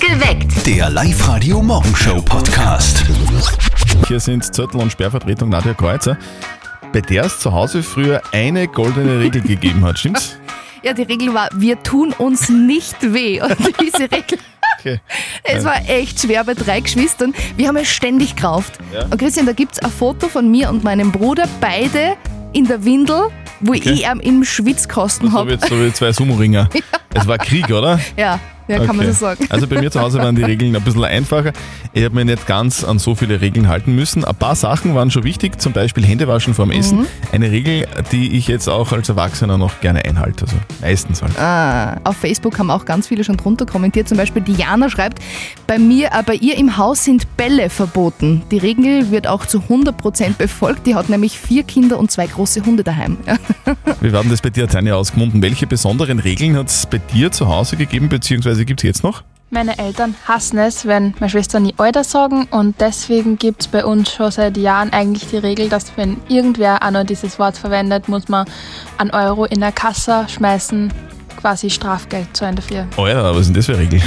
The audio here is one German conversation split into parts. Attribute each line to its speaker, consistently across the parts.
Speaker 1: Geweckt.
Speaker 2: Der Live-Radio Morgenshow Podcast.
Speaker 3: Hier sind Zettel und Sperrvertretung Nadja Kreuzer, bei der es zu Hause früher eine goldene Regel gegeben hat, stimmt's?
Speaker 4: Ja, die Regel war, wir tun uns nicht weh. Und diese Regel,
Speaker 3: Okay.
Speaker 4: es war echt schwer bei drei Geschwistern. Wir haben ja ständig gerauft.
Speaker 3: Ja.
Speaker 4: Und Christian, da gibt es ein Foto von mir und meinem Bruder, beide in der Windel, wo ich am im Schwitzkosten
Speaker 3: So wie,
Speaker 4: habe.
Speaker 3: so wie zwei Sumo-Ringer. Es war Krieg, oder?
Speaker 4: Ja, ja, kann man
Speaker 3: Okay.
Speaker 4: so sagen.
Speaker 3: Also bei mir zu Hause waren die Regeln ein bisschen einfacher. Ich habe mir nicht ganz an so viele Regeln halten müssen. Ein paar Sachen waren schon wichtig, zum Beispiel Händewaschen
Speaker 4: Mhm.
Speaker 3: vorm Essen. Eine Regel, die ich jetzt auch als Erwachsener noch gerne einhalte. Also meistens halt.
Speaker 4: Ah, auf Facebook haben auch ganz viele schon drunter kommentiert. Zum Beispiel Diana schreibt, bei mir, äh, bei ihr im Haus sind Bälle verboten. Die Regel wird auch zu 100% befolgt. Die hat nämlich vier Kinder und zwei große Hunde daheim. Ja.
Speaker 3: Wir werden das bei dir, Tanja, ausgemunden. Welche besonderen Regeln hat es bei dir zu Hause gegeben, beziehungsweise gibt es jetzt noch?
Speaker 5: Meine Eltern hassen es, wenn meine Schwester nie Alter sagen und deswegen gibt es bei uns schon seit Jahren eigentlich die Regel, dass wenn irgendwer auch noch dieses Wort verwendet, muss man einen Euro in der Kasse schmeißen, quasi Strafgeld zahlen dafür.
Speaker 3: Oh ja, was sind das für Regeln?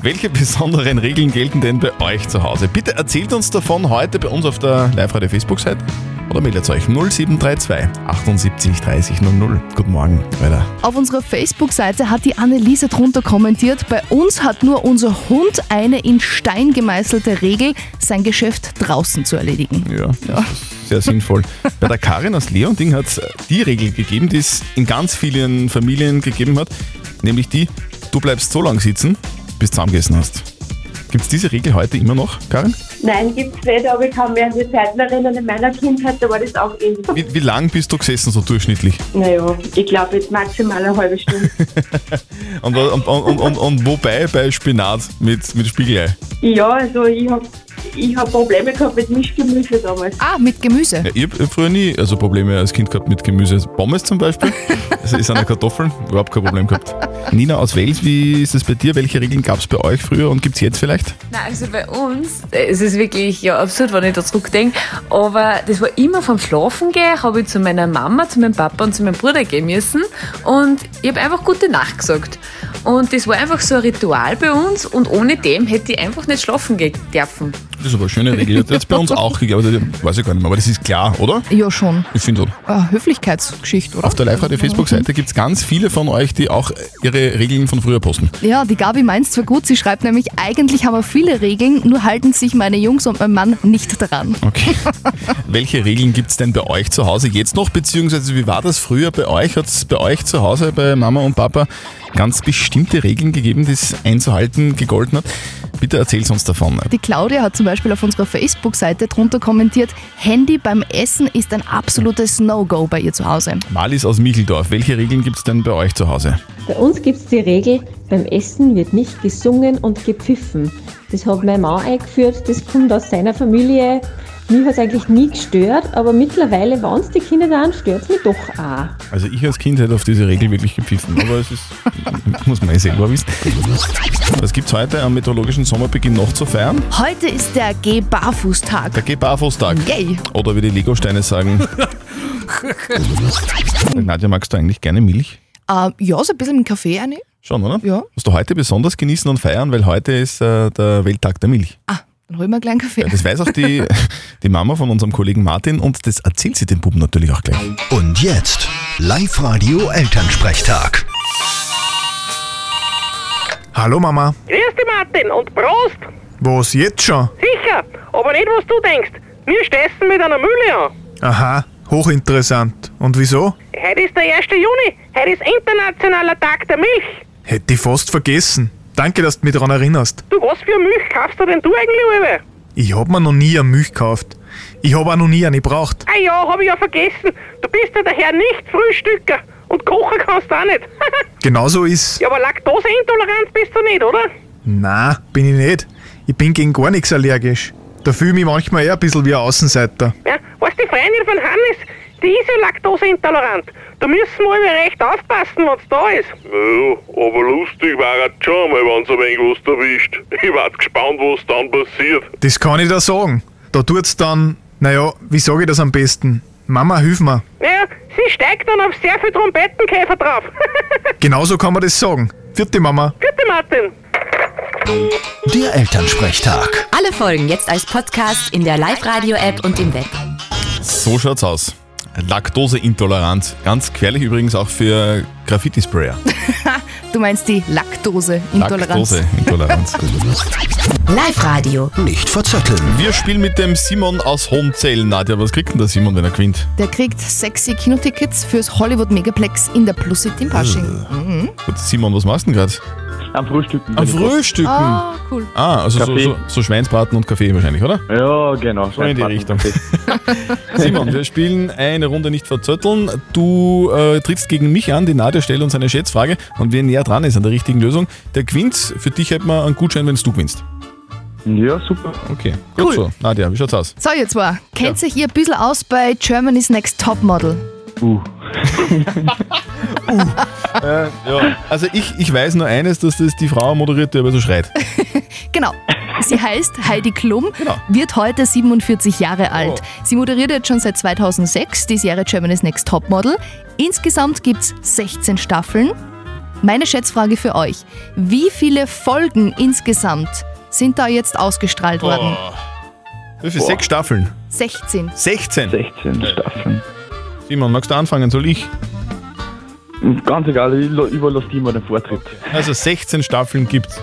Speaker 3: Welche besonderen Regeln gelten denn bei euch zu Hause? Bitte erzählt uns davon heute bei uns auf der Live-Radio Facebook-Seite oder meldet euch 0732 78 30 00. Guten Morgen, Alter.
Speaker 4: Auf unserer Facebook-Seite hat die Anneliese drunter kommentiert, bei uns hat nur unser Hund eine in Stein gemeißelte Regel, sein Geschäft draußen zu erledigen.
Speaker 3: Ja, sehr sinnvoll. Bei der Karin aus Leonding hat es die Regel gegeben, die es in ganz vielen Familien gegeben hat, nämlich die, du bleibst so lang sitzen, bis du zusammengegessen hast. Gibt es diese Regel heute immer noch, Karin?
Speaker 6: Nein, gibt's nicht, aber ich kann mich an die Zeiten erinnern, in meiner Kindheit, da war das auch eben.
Speaker 3: Wie, wie lang bist du gesessen so durchschnittlich?
Speaker 6: Naja, ich glaube jetzt maximal eine halbe Stunde.
Speaker 3: Und, und, und, und, und, und wobei bei Spinat mit, mit Spiegelei?
Speaker 6: ja, also ich hab, ich hab Probleme gehabt mit Mischgemüse damals.
Speaker 4: Ah, mit Gemüse.
Speaker 3: Ja, ich habe früher nie also Probleme als Kind gehabt mit Gemüse. Also Pommes zum Beispiel, das ist eine Kartoffeln, überhaupt kein Problem gehabt. Nina aus Wales, wie ist es bei dir? Welche Regeln gab es bei euch früher und gibt es jetzt vielleicht?
Speaker 7: Nein, also bei uns, äh, es ist wirklich ja, absurd, wenn ich da zurückdenke, aber das war immer vom Schlafen gehen, habe ich zu meiner Mama, zu meinem Papa und zu meinem Bruder gehen müssen und ich habe einfach gute Nacht gesagt. Und das war einfach so ein Ritual bei uns und ohne dem hätte ich einfach nicht schlafen gehen dürfen.
Speaker 3: Das ist aber eine schöne Regel. Das hat bei uns auch gegeben, aber das weiß ich gar nicht mehr. Aber das ist klar, oder?
Speaker 4: Ja, schon.
Speaker 3: Ich finde schon.
Speaker 4: Ah, Höflichkeitsgeschichte, oder?
Speaker 3: Auf der Live-Radio-Facebook-Seite gibt es ganz viele von euch, die auch ihre Regeln von früher posten.
Speaker 4: Ja, die Gabi meint zwar gut, sie schreibt nämlich, eigentlich haben wir viele Regeln, nur halten sich meine Jungs und mein Mann nicht dran.
Speaker 3: Okay. Welche Regeln gibt es denn bei euch zu Hause jetzt noch? Beziehungsweise wie war das früher bei euch? Hat es bei euch zu Hause, bei Mama und Papa, ganz bestimmte Regeln gegeben, die es einzuhalten gegolten hat? Bitte erzähl's uns davon.
Speaker 4: Die Claudia hat zum Beispiel auf unserer Facebook-Seite drunter kommentiert, Handy beim Essen ist ein absolutes No-Go bei ihr zu Hause.
Speaker 3: Malis aus Micheldorf, welche Regeln gibt es denn bei euch zu Hause?
Speaker 8: Bei uns gibt es die Regel, beim Essen wird nicht gesungen und gepfiffen. Das hat meine Mann eingeführt, das kommt aus seiner Familie. Mich hat es eigentlich nie gestört, aber mittlerweile, wenn es die Kinder dann, stört es mich doch auch.
Speaker 3: Also ich als Kind hätte auf diese Regel wirklich gepfiffen, aber es ist, muss man ja selber wissen. Was gibt's heute am meteorologischen Sommerbeginn noch zu feiern?
Speaker 4: Heute ist der Geh-Barfuß-Tag.
Speaker 3: Der Geh-Barfuß-Tag.
Speaker 4: Yay.
Speaker 3: Oder wie die Legosteine sagen. Nadja, magst du eigentlich gerne Milch?
Speaker 4: Äh, ja, so ein bisschen mit Kaffee eine.
Speaker 3: Schon, oder?
Speaker 4: Ja.
Speaker 3: Musst du heute besonders genießen und feiern, weil heute ist äh, der Welttag der Milch.
Speaker 4: Ah, dann hol ich mir einen kleinen Kaffee.
Speaker 3: Ja, das weiß auch die, die Mama von unserem Kollegen Martin und das erzählt sie dem Buben natürlich auch gleich.
Speaker 2: Und jetzt Live-Radio Elternsprechtag.
Speaker 9: Hallo Mama.
Speaker 10: Grüß dich, Martin, und Prost!
Speaker 9: Was jetzt schon?
Speaker 10: Sicher, aber nicht, was du denkst. Wir stessen mit einer Mühle an.
Speaker 9: Aha, hochinteressant. Und wieso?
Speaker 10: Heute ist der 1. Juni, heute ist internationaler Tag der Milch.
Speaker 9: Hätte ich fast vergessen. Danke, dass du mich daran erinnerst.
Speaker 10: Du, was für Milch kaufst du denn du eigentlich, Uwe?
Speaker 9: Ich hab mir noch nie eine Milch gekauft. Ich hab auch noch nie eine gebraucht.
Speaker 10: Ah ja, hab ich ja vergessen. Du bist ja daher nicht Frühstücker und kochen kannst du auch nicht.
Speaker 9: Genauso ist.
Speaker 10: ja, aber Laktoseintolerant bist du nicht, oder?
Speaker 9: Na, bin ich nicht. Ich bin gegen gar nichts allergisch. Da fühle ich mich manchmal eher ein bisschen wie ein Außenseiter.
Speaker 10: Ja, weißt du, die Freundin von Hannes, die ist ja Laktoseintolerant. Da müssen wir immer recht aufpassen, wenn's da ist.
Speaker 11: Ja, aber lustig war es schon mal, wenn's ein wenig was erwischt. Ich war gespannt, was dann passiert.
Speaker 9: Das kann ich dir sagen. Da tut's dann. Naja, wie sage ich das am besten? Mama, hilf mir.
Speaker 10: Naja, sie steigt dann auf sehr viel Trompetenkäfer drauf.
Speaker 9: Genauso kann man das sagen. Vierte Mama.
Speaker 10: Bitte, Martin.
Speaker 12: Der Elternsprechtag.
Speaker 1: Alle Folgen jetzt als Podcast in der Live-Radio-App und im Web.
Speaker 3: So schaut's aus. Laktoseintolerant. Ganz gefährlich übrigens auch für Graffiti-Sprayer.
Speaker 4: Du meinst die Laktoseintoleranz.
Speaker 3: Laktoseintoleranz.
Speaker 1: Live-Radio.
Speaker 12: Nicht verzetteln.
Speaker 3: Wir spielen mit dem Simon aus Hohenzell. Nadja, was kriegt denn der Simon, wenn er gewinnt?
Speaker 4: Der kriegt sexy Kinotickets fürs Hollywood Megaplex in der Plus City in Pasching. Mhm.
Speaker 3: Gut, Simon, was machst du denn gerade?
Speaker 8: Am Frühstücken.
Speaker 3: Am Frühstücken.
Speaker 4: Ah, cool.
Speaker 3: Ah, also so,
Speaker 8: Kaffee.
Speaker 3: so, so Schweinsbraten und Kaffee wahrscheinlich, oder?
Speaker 8: Ja, genau.
Speaker 3: So in die Richtung.
Speaker 8: Kaffee.
Speaker 3: Simon, wir spielen eine Runde nicht verzötteln. Du äh, trittst gegen mich an, die Nadja stellt uns eine Schätzfrage und wer näher dran ist an der richtigen Lösung, der gewinnt. Für dich hätten wir einen Gutschein, wenn du gewinnst.
Speaker 8: Ja, super.
Speaker 3: Okay, gut so. Nadja, wie schaut's aus?
Speaker 4: So, ihr zwei, kennt sich ihr ein bisschen aus bei Germany's Next Topmodel?
Speaker 8: Uh.
Speaker 3: Äh, ja. Also ich, ich weiß nur eines, dass das die Frau moderiert, die aber so schreit.
Speaker 4: Genau. Sie heißt Heidi Klum,
Speaker 3: Genau. Oh.
Speaker 4: wird heute 47 Jahre alt. Sie moderiert jetzt schon seit 2006 die Serie Germany's Next Topmodel. Insgesamt gibt's 16 Staffeln. Meine Schätzfrage für euch: Wie viele Folgen insgesamt sind da jetzt ausgestrahlt
Speaker 3: Oh.
Speaker 4: worden?
Speaker 3: Wie viel? Sechs Staffeln.
Speaker 4: 16.
Speaker 3: 16.
Speaker 8: 16 Staffeln.
Speaker 3: Simon, magst du anfangen? Soll ich?
Speaker 8: Ganz egal, ich lo- überlasse dir mal den Vortritt.
Speaker 3: Also 16 Staffeln gibt's.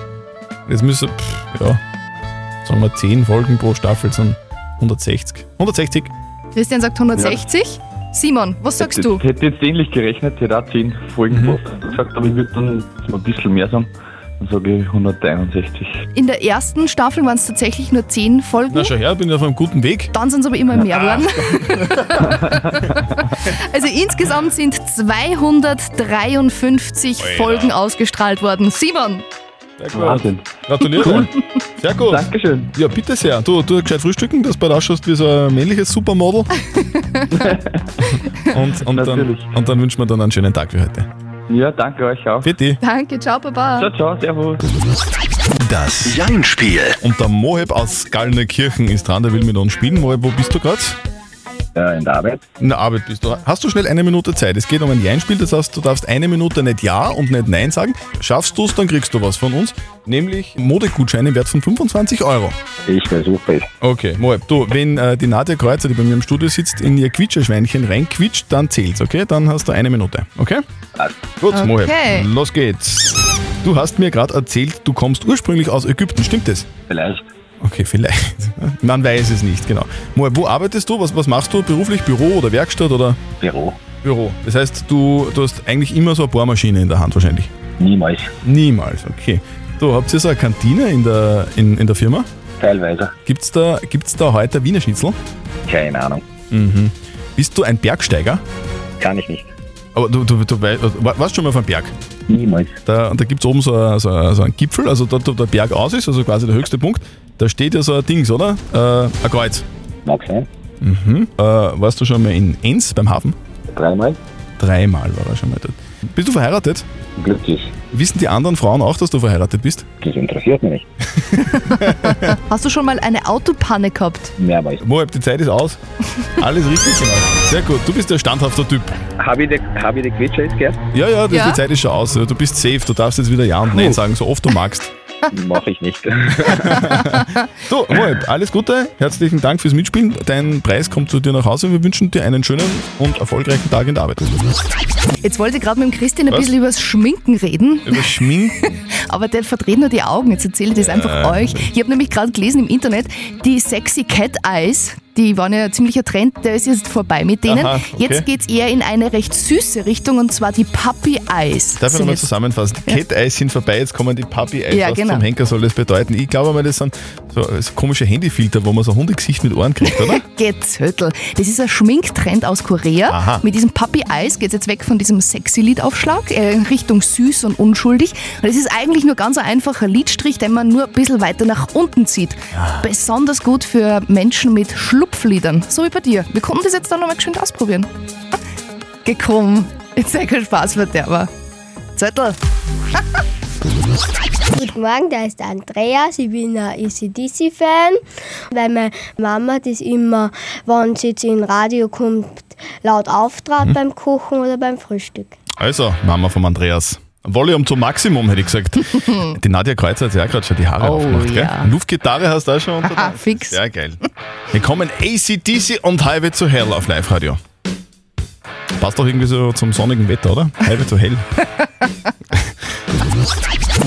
Speaker 3: Jetzt müssen, pff, ja, sagen wir 10 Folgen pro Staffel sind 160. 160?
Speaker 4: Christian sagt 160. Simon, was sagst du?
Speaker 8: Ich hätte jetzt ähnlich gerechnet, hätte auch 10 Folgen gesagt, aber ich würde dann ein bisschen mehr sagen. Dann sage ich 161.
Speaker 4: In der ersten Staffel waren es tatsächlich nur 10 Folgen.
Speaker 3: Na schau her, bin ich auf einem guten Weg.
Speaker 4: Dann sind es aber immer mehr geworden.
Speaker 3: Ah.
Speaker 4: also insgesamt sind 253 Folgen ausgestrahlt worden. Simon,
Speaker 3: Sehr gut.
Speaker 8: Wahnsinn.
Speaker 3: Gratuliere. Sehr gut.
Speaker 8: Dankeschön.
Speaker 3: Ja, bitte sehr. Du, du gescheit frühstücken, dass du bald ausschaust wie so ein männliches Supermodel. und, und, dann,
Speaker 8: Natürlich.
Speaker 3: und dann wünschen wir dann einen schönen Tag wie heute.
Speaker 8: Ja, danke euch auch.
Speaker 3: Bitte.
Speaker 4: danke, ciao, Baba.
Speaker 8: Ciao, ciao, servus.
Speaker 3: Das.
Speaker 12: Jein-Spiel.
Speaker 3: Und der Moheb aus Gallnerkirchen ist dran, der will mit uns spielen. Moheb, wo bist du gerade?
Speaker 8: Ja, in der Arbeit?
Speaker 3: In der Arbeit bist du. Hast du schnell eine Minute Zeit? Es geht um ein Jein-Spiel, das heißt, du darfst eine Minute nicht Ja und nicht Nein sagen. Schaffst du es, dann kriegst du was von uns, nämlich Modegutscheine im Wert von 25 Euro.
Speaker 8: Ich versuche es.
Speaker 3: Okay, Moab, du, wenn äh, die Nadja Kreuzer, die bei mir im Studio sitzt, in ihr Quitscherschweinchen reinquitscht, dann zählt's, okay? Dann hast du eine Minute, okay? Gut,
Speaker 4: Okay.
Speaker 3: Moab, los geht's. Du hast mir gerade erzählt, du kommst ursprünglich aus Ägypten, stimmt das?
Speaker 8: Vielleicht.
Speaker 3: Okay, vielleicht. Man weiß es nicht, genau. Moab, wo arbeitest du? Was, was machst du beruflich? Büro oder Werkstatt oder
Speaker 8: Büro.
Speaker 3: Büro? Das heißt, du, du hast eigentlich immer so eine Bohrmaschine in der Hand wahrscheinlich?
Speaker 8: Niemals.
Speaker 3: Niemals, okay. Du, habt ihr so eine Kantine in der, in, in der Firma?
Speaker 8: Teilweise.
Speaker 3: Gibt's da, gibt's da heute Wiener Schnitzel?
Speaker 8: Keine Ahnung.
Speaker 3: Bist du ein Bergsteiger?
Speaker 8: Kann ich nicht.
Speaker 3: Aber du, du, du wei- äh, wa- warst schon mal auf einem Berg.
Speaker 8: Niemals.
Speaker 3: Da, da gibt es oben so, a- so, a- so einen Gipfel, also dort, wo der Berg aus ist, also quasi der höchste Punkt. Da steht ja so ein Dings, oder? Äh, ein Kreuz.
Speaker 8: Mag sein.
Speaker 3: Äh, warst du schon mal in Enns beim Hafen?
Speaker 8: Dreimal.
Speaker 3: Dreimal war er schon mal dort. Bist du verheiratet?
Speaker 8: Glücklich.
Speaker 3: Wissen die anderen Frauen auch, dass du verheiratet bist?
Speaker 8: Das interessiert mich nicht.
Speaker 4: Hast du schon mal eine Autopanne gehabt?
Speaker 8: Mehrmals.
Speaker 3: Moab, die Zeit ist aus. Alles richtig gemacht. Sehr gut, du bist der standhafte Typ.
Speaker 8: Habe ich den hab ich die Quetscher jetzt gehört?
Speaker 3: Ja, ja, das,
Speaker 4: Ja?
Speaker 3: die Zeit ist schon aus. Du bist safe, du darfst jetzt wieder Ja und Nein sagen, so oft du magst.
Speaker 8: Mache ich nicht.
Speaker 3: Du, Moab, alles Gute, herzlichen Dank fürs Mitspielen. Dein Preis kommt zu dir nach Hause. Wir wünschen dir einen schönen und erfolgreichen Tag in der Arbeit.
Speaker 4: Jetzt wollte ich gerade mit dem Christian ein
Speaker 3: Was?
Speaker 4: bisschen über das Schminken reden,
Speaker 3: Über Schminken.
Speaker 4: aber der verdreht nur die Augen. Jetzt erzähle ich das einfach euch. Ich habe nämlich gerade gelesen im Internet, die sexy Cat Eyes, die waren ja ein ziemlicher Trend, der ist jetzt vorbei mit denen.
Speaker 3: Aha, okay.
Speaker 4: Jetzt geht es eher in eine recht süße Richtung und zwar die Puppy Eyes.
Speaker 3: Darf ich
Speaker 4: sind
Speaker 3: nochmal
Speaker 4: jetzt-
Speaker 3: zusammenfassen? Die Cat-Eyes sind vorbei, jetzt kommen die Puppy-Eyes.
Speaker 4: Ja,
Speaker 3: Was
Speaker 4: genau.
Speaker 3: zum Henker soll das bedeuten? Ich glaube mal, das sind so, äh, so komische Handyfilter, wo man so ein Hundegesicht mit Ohren kriegt, oder?
Speaker 4: Gezöttel. Das ist ein Schminktrend aus Korea.
Speaker 3: Aha.
Speaker 4: Mit diesem Puppy Eyes geht es jetzt weg von diesem sexy Lidaufschlag äh, in Richtung süß und unschuldig. Und es ist eigentlich nur ganz ein einfacher Lidstrich, den man nur ein bisschen weiter nach unten zieht. Besonders gut für Menschen mit Schlupflidern. So wie bei dir. Wir konnten das jetzt dann nochmal geschwind ausprobieren. Gekommen. Jetzt sehr viel Spaß mit der, aber. Zettel.
Speaker 13: Guten Morgen, da ist der Andreas. Ich bin ein ACDC-Fan, weil meine Mama das immer, wenn sie zu im Radio kommt, laut auftrat beim Kochen oder beim Frühstück.
Speaker 3: Also, Mama vom Andreas. Volume zum Maximum, hätte ich gesagt. die Nadja Kreuzer hat ja auch gerade schon die Haare
Speaker 4: Oh,
Speaker 3: aufgemacht,
Speaker 4: ja.
Speaker 3: gell? Luftgitarre hast du auch schon unter
Speaker 4: Aha, Ah, fix.
Speaker 3: Sehr geil. Wir kommen ACDC und Highway to Hell auf Live-Radio. Passt doch irgendwie so zum sonnigen Wetter, oder? Highway to Hell.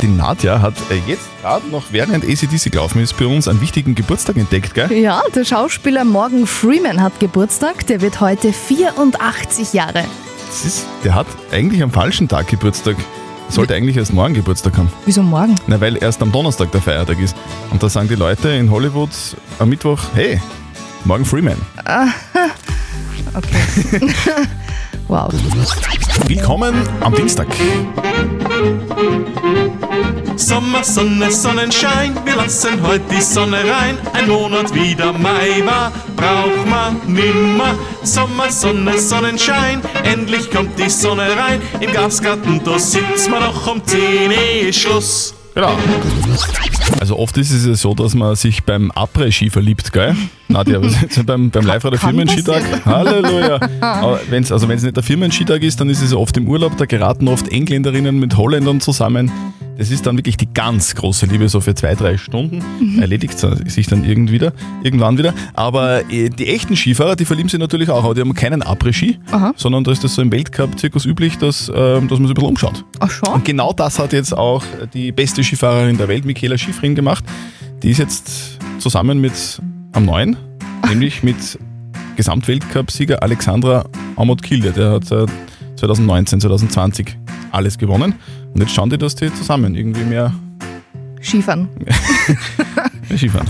Speaker 3: die Nadja hat äh, jetzt gerade noch während ACDC gelaufen ist bei uns einen wichtigen Geburtstag entdeckt, gell?
Speaker 4: Ja, der Schauspieler Morgan Freeman hat Geburtstag. Der wird heute 84 Jahre.
Speaker 3: Das ist, der hat eigentlich am falschen Tag Geburtstag. Sollte eigentlich erst morgen Geburtstag haben.
Speaker 4: Wieso morgen?
Speaker 3: Na, weil erst am Donnerstag der Feiertag ist. Und da sagen die Leute in Hollywood am Mittwoch, hey, morgen Freeman.
Speaker 4: Ah, okay. wow.
Speaker 3: Willkommen am Dienstag.
Speaker 14: Sommer, Sonne, Sonnenschein, wir lassen heute die Sonne rein. Ein Monat wieder Mai war, braucht man nimmer. Sommer, Sonne, Sonnenschein, endlich kommt die Sonne rein. Im Gasgarten, da sitzt man noch um 10 Uhr Schluss.
Speaker 3: Genau. Also oft ist es ja so, dass man sich beim Après-Ski verliebt, gell? Nadja, was ist denn beim, beim Live-Radio
Speaker 7: Mhm. Kann
Speaker 3: Firmen-Skitag?
Speaker 7: passieren.
Speaker 3: Halleluja. Aber wenn's, also wenn es nicht der Firmen-Skitag ist, dann ist es oft im Urlaub, da geraten oft Engländerinnen mit Holländern zusammen. Das ist dann wirklich die ganz große Liebe, so für zwei, drei Stunden.
Speaker 7: Mhm.
Speaker 3: Erledigt sich dann irgend wieder, irgendwann wieder. Aber äh, die echten Skifahrer, die verlieben sich natürlich auch, aber die haben keinen Après-Ski,
Speaker 4: Aha.
Speaker 3: sondern da ist das so im Weltcup-Zirkus üblich, dass, ähm, dass man sich ein bisschen umschaut.
Speaker 4: Ach schon?
Speaker 3: Und genau das hat jetzt auch die beste Skifahrerin der Welt, Michaela Schifrin, gemacht. Die ist jetzt zusammen mit am Neuen, nämlich mit Gesamtweltcup-Sieger Alexandra Amott-Kilde. Der hat äh, 2019, 2020 alles gewonnen. Und jetzt schauen die, dass die zusammen irgendwie mehr,
Speaker 4: Skifahren.
Speaker 3: mehr Skifahren.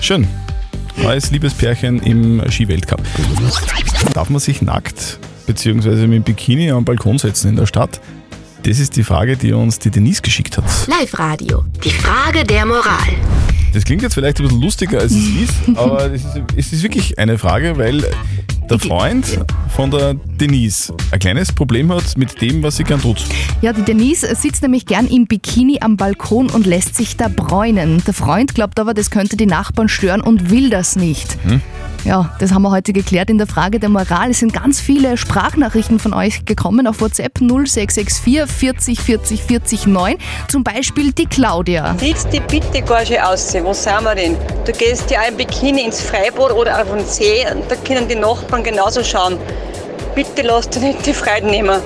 Speaker 3: Schön. Neues Liebespärchen im Skiweltcup. Darf man sich nackt bzw. mit Bikini am Balkon setzen in der Stadt? Das ist die Frage, die uns die Denise geschickt hat.
Speaker 1: Live Radio. Die Frage der Moral.
Speaker 3: Das klingt jetzt vielleicht ein bisschen lustiger, als es ist, aber es ist, es ist wirklich eine Frage, weil der Freund von der Denise ein kleines Problem hat mit dem, was sie gern tut.
Speaker 4: Ja, die Denise sitzt nämlich gern im Bikini am Balkon und lässt sich da bräunen. Der Freund glaubt aber, das könnte die Nachbarn stören und will das nicht.
Speaker 3: Hm?
Speaker 4: Ja, das haben wir heute geklärt in der Frage der Moral. Es sind ganz viele Sprachnachrichten von euch gekommen auf WhatsApp 0664 40 40 40 9. Zum Beispiel die Claudia.
Speaker 6: Sieht's die bitte gar schön aussehen, wo sind wir denn? Du gehst ja ein Bikini ins Freibad oder auf den See und da können die Nachbarn genauso schauen. Bitte lass dir nicht die Freude nehmen.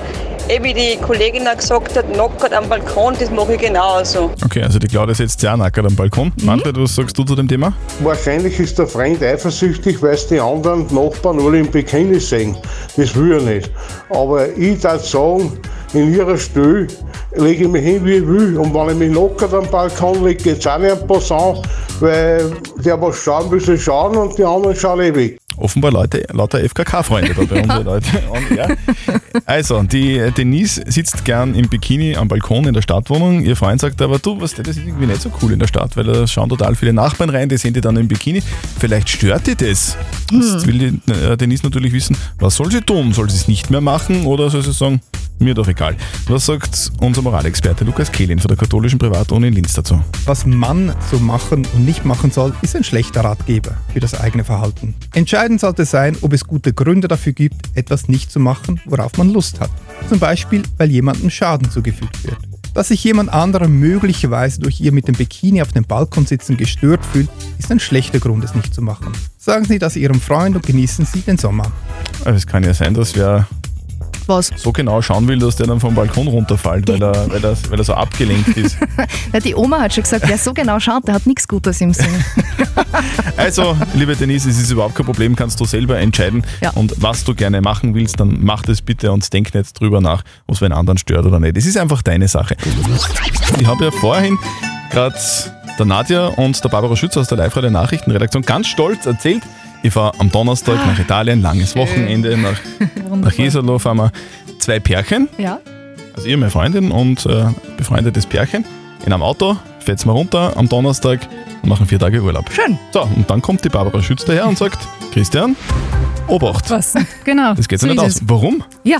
Speaker 6: Eh, wie die Kollegin auch gesagt hat, nackert am Balkon, das mache ich genauso.
Speaker 3: Okay, also die Claudia sitzt ja auch nackt am Balkon. Manfred, was sagst du zu dem Thema?
Speaker 2: Wahrscheinlich ist der Freund eifersüchtig, weil es die anderen Nachbarn alle im Bikini sehen. Das will er nicht. Aber ich darf sagen, in ihrer Stelle lege ich mich hin, wie ich will. Und wenn ich mich locker am Balkon lege, geht es auch nicht ein Passant, weil der was schauen will, soll schauen und die anderen schauen eh weg.
Speaker 3: Offenbar Leute, lauter FKK-Freunde da bei uns, Leute. Und, ja. Also, die Denise sitzt gern im Bikini am Balkon in der Stadtwohnung. Ihr Freund sagt aber, du, was, das ist irgendwie nicht so cool in der Stadt, weil da schauen total viele Nachbarn rein, die sehen die dann im Bikini. Vielleicht stört die das. Jetzt
Speaker 7: Hm.
Speaker 3: will die äh, Denise natürlich wissen, was soll sie tun? Soll sie es nicht mehr machen oder soll sie sagen, mir doch egal. Was sagt unser Moralexperte Lukas Kehlin von der katholischen Privatuni in Linz dazu?
Speaker 15: Was man so machen und nicht machen soll, ist ein schlechter Ratgeber für das eigene Verhalten. Entscheidend sollte sein, ob es gute Gründe dafür gibt, etwas nicht zu machen, worauf man Lust hat. Zum Beispiel, weil jemandem Schaden zugefügt wird. Dass sich jemand anderer möglicherweise durch ihr mit dem Bikini auf dem Balkon sitzen gestört fühlt, ist ein schlechter Grund, es nicht zu machen. Sagen Sie das Ihrem Freund und genießen Sie den Sommer.
Speaker 3: Also es kann ja sein, dass wer
Speaker 4: Was?
Speaker 3: so genau schauen will, dass der dann vom Balkon runterfällt, weil er, weil er, weil er so abgelenkt ist.
Speaker 4: Na, die Oma hat schon gesagt, wer so genau schaut, der hat nichts Gutes im Sinn.
Speaker 3: Also, liebe Denise, es ist überhaupt kein Problem, kannst du selber entscheiden.
Speaker 4: Ja.
Speaker 3: Und was du gerne machen willst, dann mach das bitte und denk nicht drüber nach, was wen anderen stört oder nicht. Es ist einfach deine Sache. Ich habe ja vorhin gerade der Nadja und der Barbara Schütz aus der Live-Radio Nachrichtenredaktion ganz stolz erzählt, ich fahre am Donnerstag nach Italien, langes Wochenende, nach, nach Jesolo fahren wir zwei Pärchen.
Speaker 4: Ja.
Speaker 3: Also ihr, meine Freundin und äh, befreundetes Pärchen in einem Auto, fährt's mal runter am Donnerstag und machen vier Tage Urlaub.
Speaker 4: Schön.
Speaker 3: So, und dann kommt die Barbara Schütz daher und sagt, Christian, Obacht.
Speaker 7: Was? Genau.
Speaker 3: Das geht sich
Speaker 7: so
Speaker 3: nicht
Speaker 7: ist
Speaker 3: aus.
Speaker 7: es.
Speaker 3: Warum?
Speaker 7: Ja,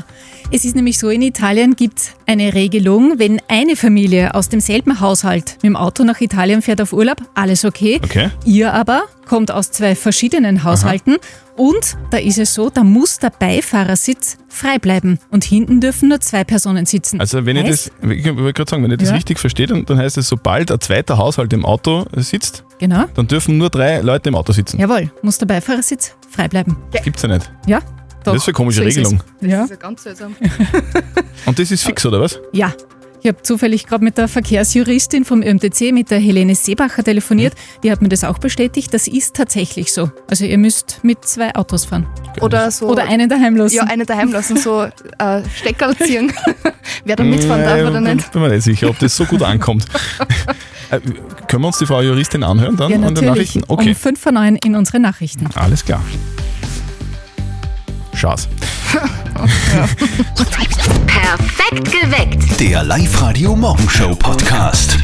Speaker 7: es ist nämlich so, in Italien gibt es eine Regelung, wenn eine Familie aus demselben Haushalt mit dem Auto nach Italien fährt auf Urlaub, alles okay.
Speaker 3: Okay.
Speaker 7: Ihr aber kommt aus zwei verschiedenen Haushalten und da ist es so, da muss der Beifahrersitz frei bleiben und hinten dürfen nur zwei Personen sitzen.
Speaker 3: Also wenn ihr
Speaker 7: Heißt,
Speaker 3: das, ich wollte gerade sagen, wenn ihr das
Speaker 7: Ja.
Speaker 3: richtig versteht, dann dann heißt es, sobald ein zweiter Haushalt im Auto sitzt,
Speaker 7: Genau.
Speaker 3: dann dürfen nur drei Leute im Auto sitzen.
Speaker 7: Jawohl, muss der Beifahrersitz frei bleiben.
Speaker 3: Das gibt's ja nicht.
Speaker 7: Ja, doch.
Speaker 3: Das ist eine komische
Speaker 7: So ist es.
Speaker 3: Regelung.
Speaker 7: Ja.
Speaker 4: ja ganz seltsam.
Speaker 3: Und das ist fix, oder was?
Speaker 7: Ja. Ich habe zufällig gerade mit der Verkehrsjuristin vom ÖMTC, mit der Helene Seebacher, telefoniert. Die hat mir das auch bestätigt. Das ist tatsächlich so. Also ihr müsst mit zwei Autos fahren.
Speaker 4: Oder so.
Speaker 7: Oder einen daheim lassen.
Speaker 4: Ja, einen daheim lassen, so äh, Steckerl ziehen. Wer da mitfahren darf
Speaker 3: Äh,
Speaker 4: oder nicht.
Speaker 3: Bin mir nicht sicher, ob das so gut ankommt. Äh, Können wir uns die Frau Juristin anhören dann
Speaker 7: ja,
Speaker 3: an den
Speaker 7: natürlich.
Speaker 3: Nachrichten? Okay,
Speaker 7: Um 5 vor 9 in unsere Nachrichten.
Speaker 3: alles klar. Schaß.
Speaker 1: Perfekt geweckt.
Speaker 12: Der Live-Radio Morgenshow Podcast.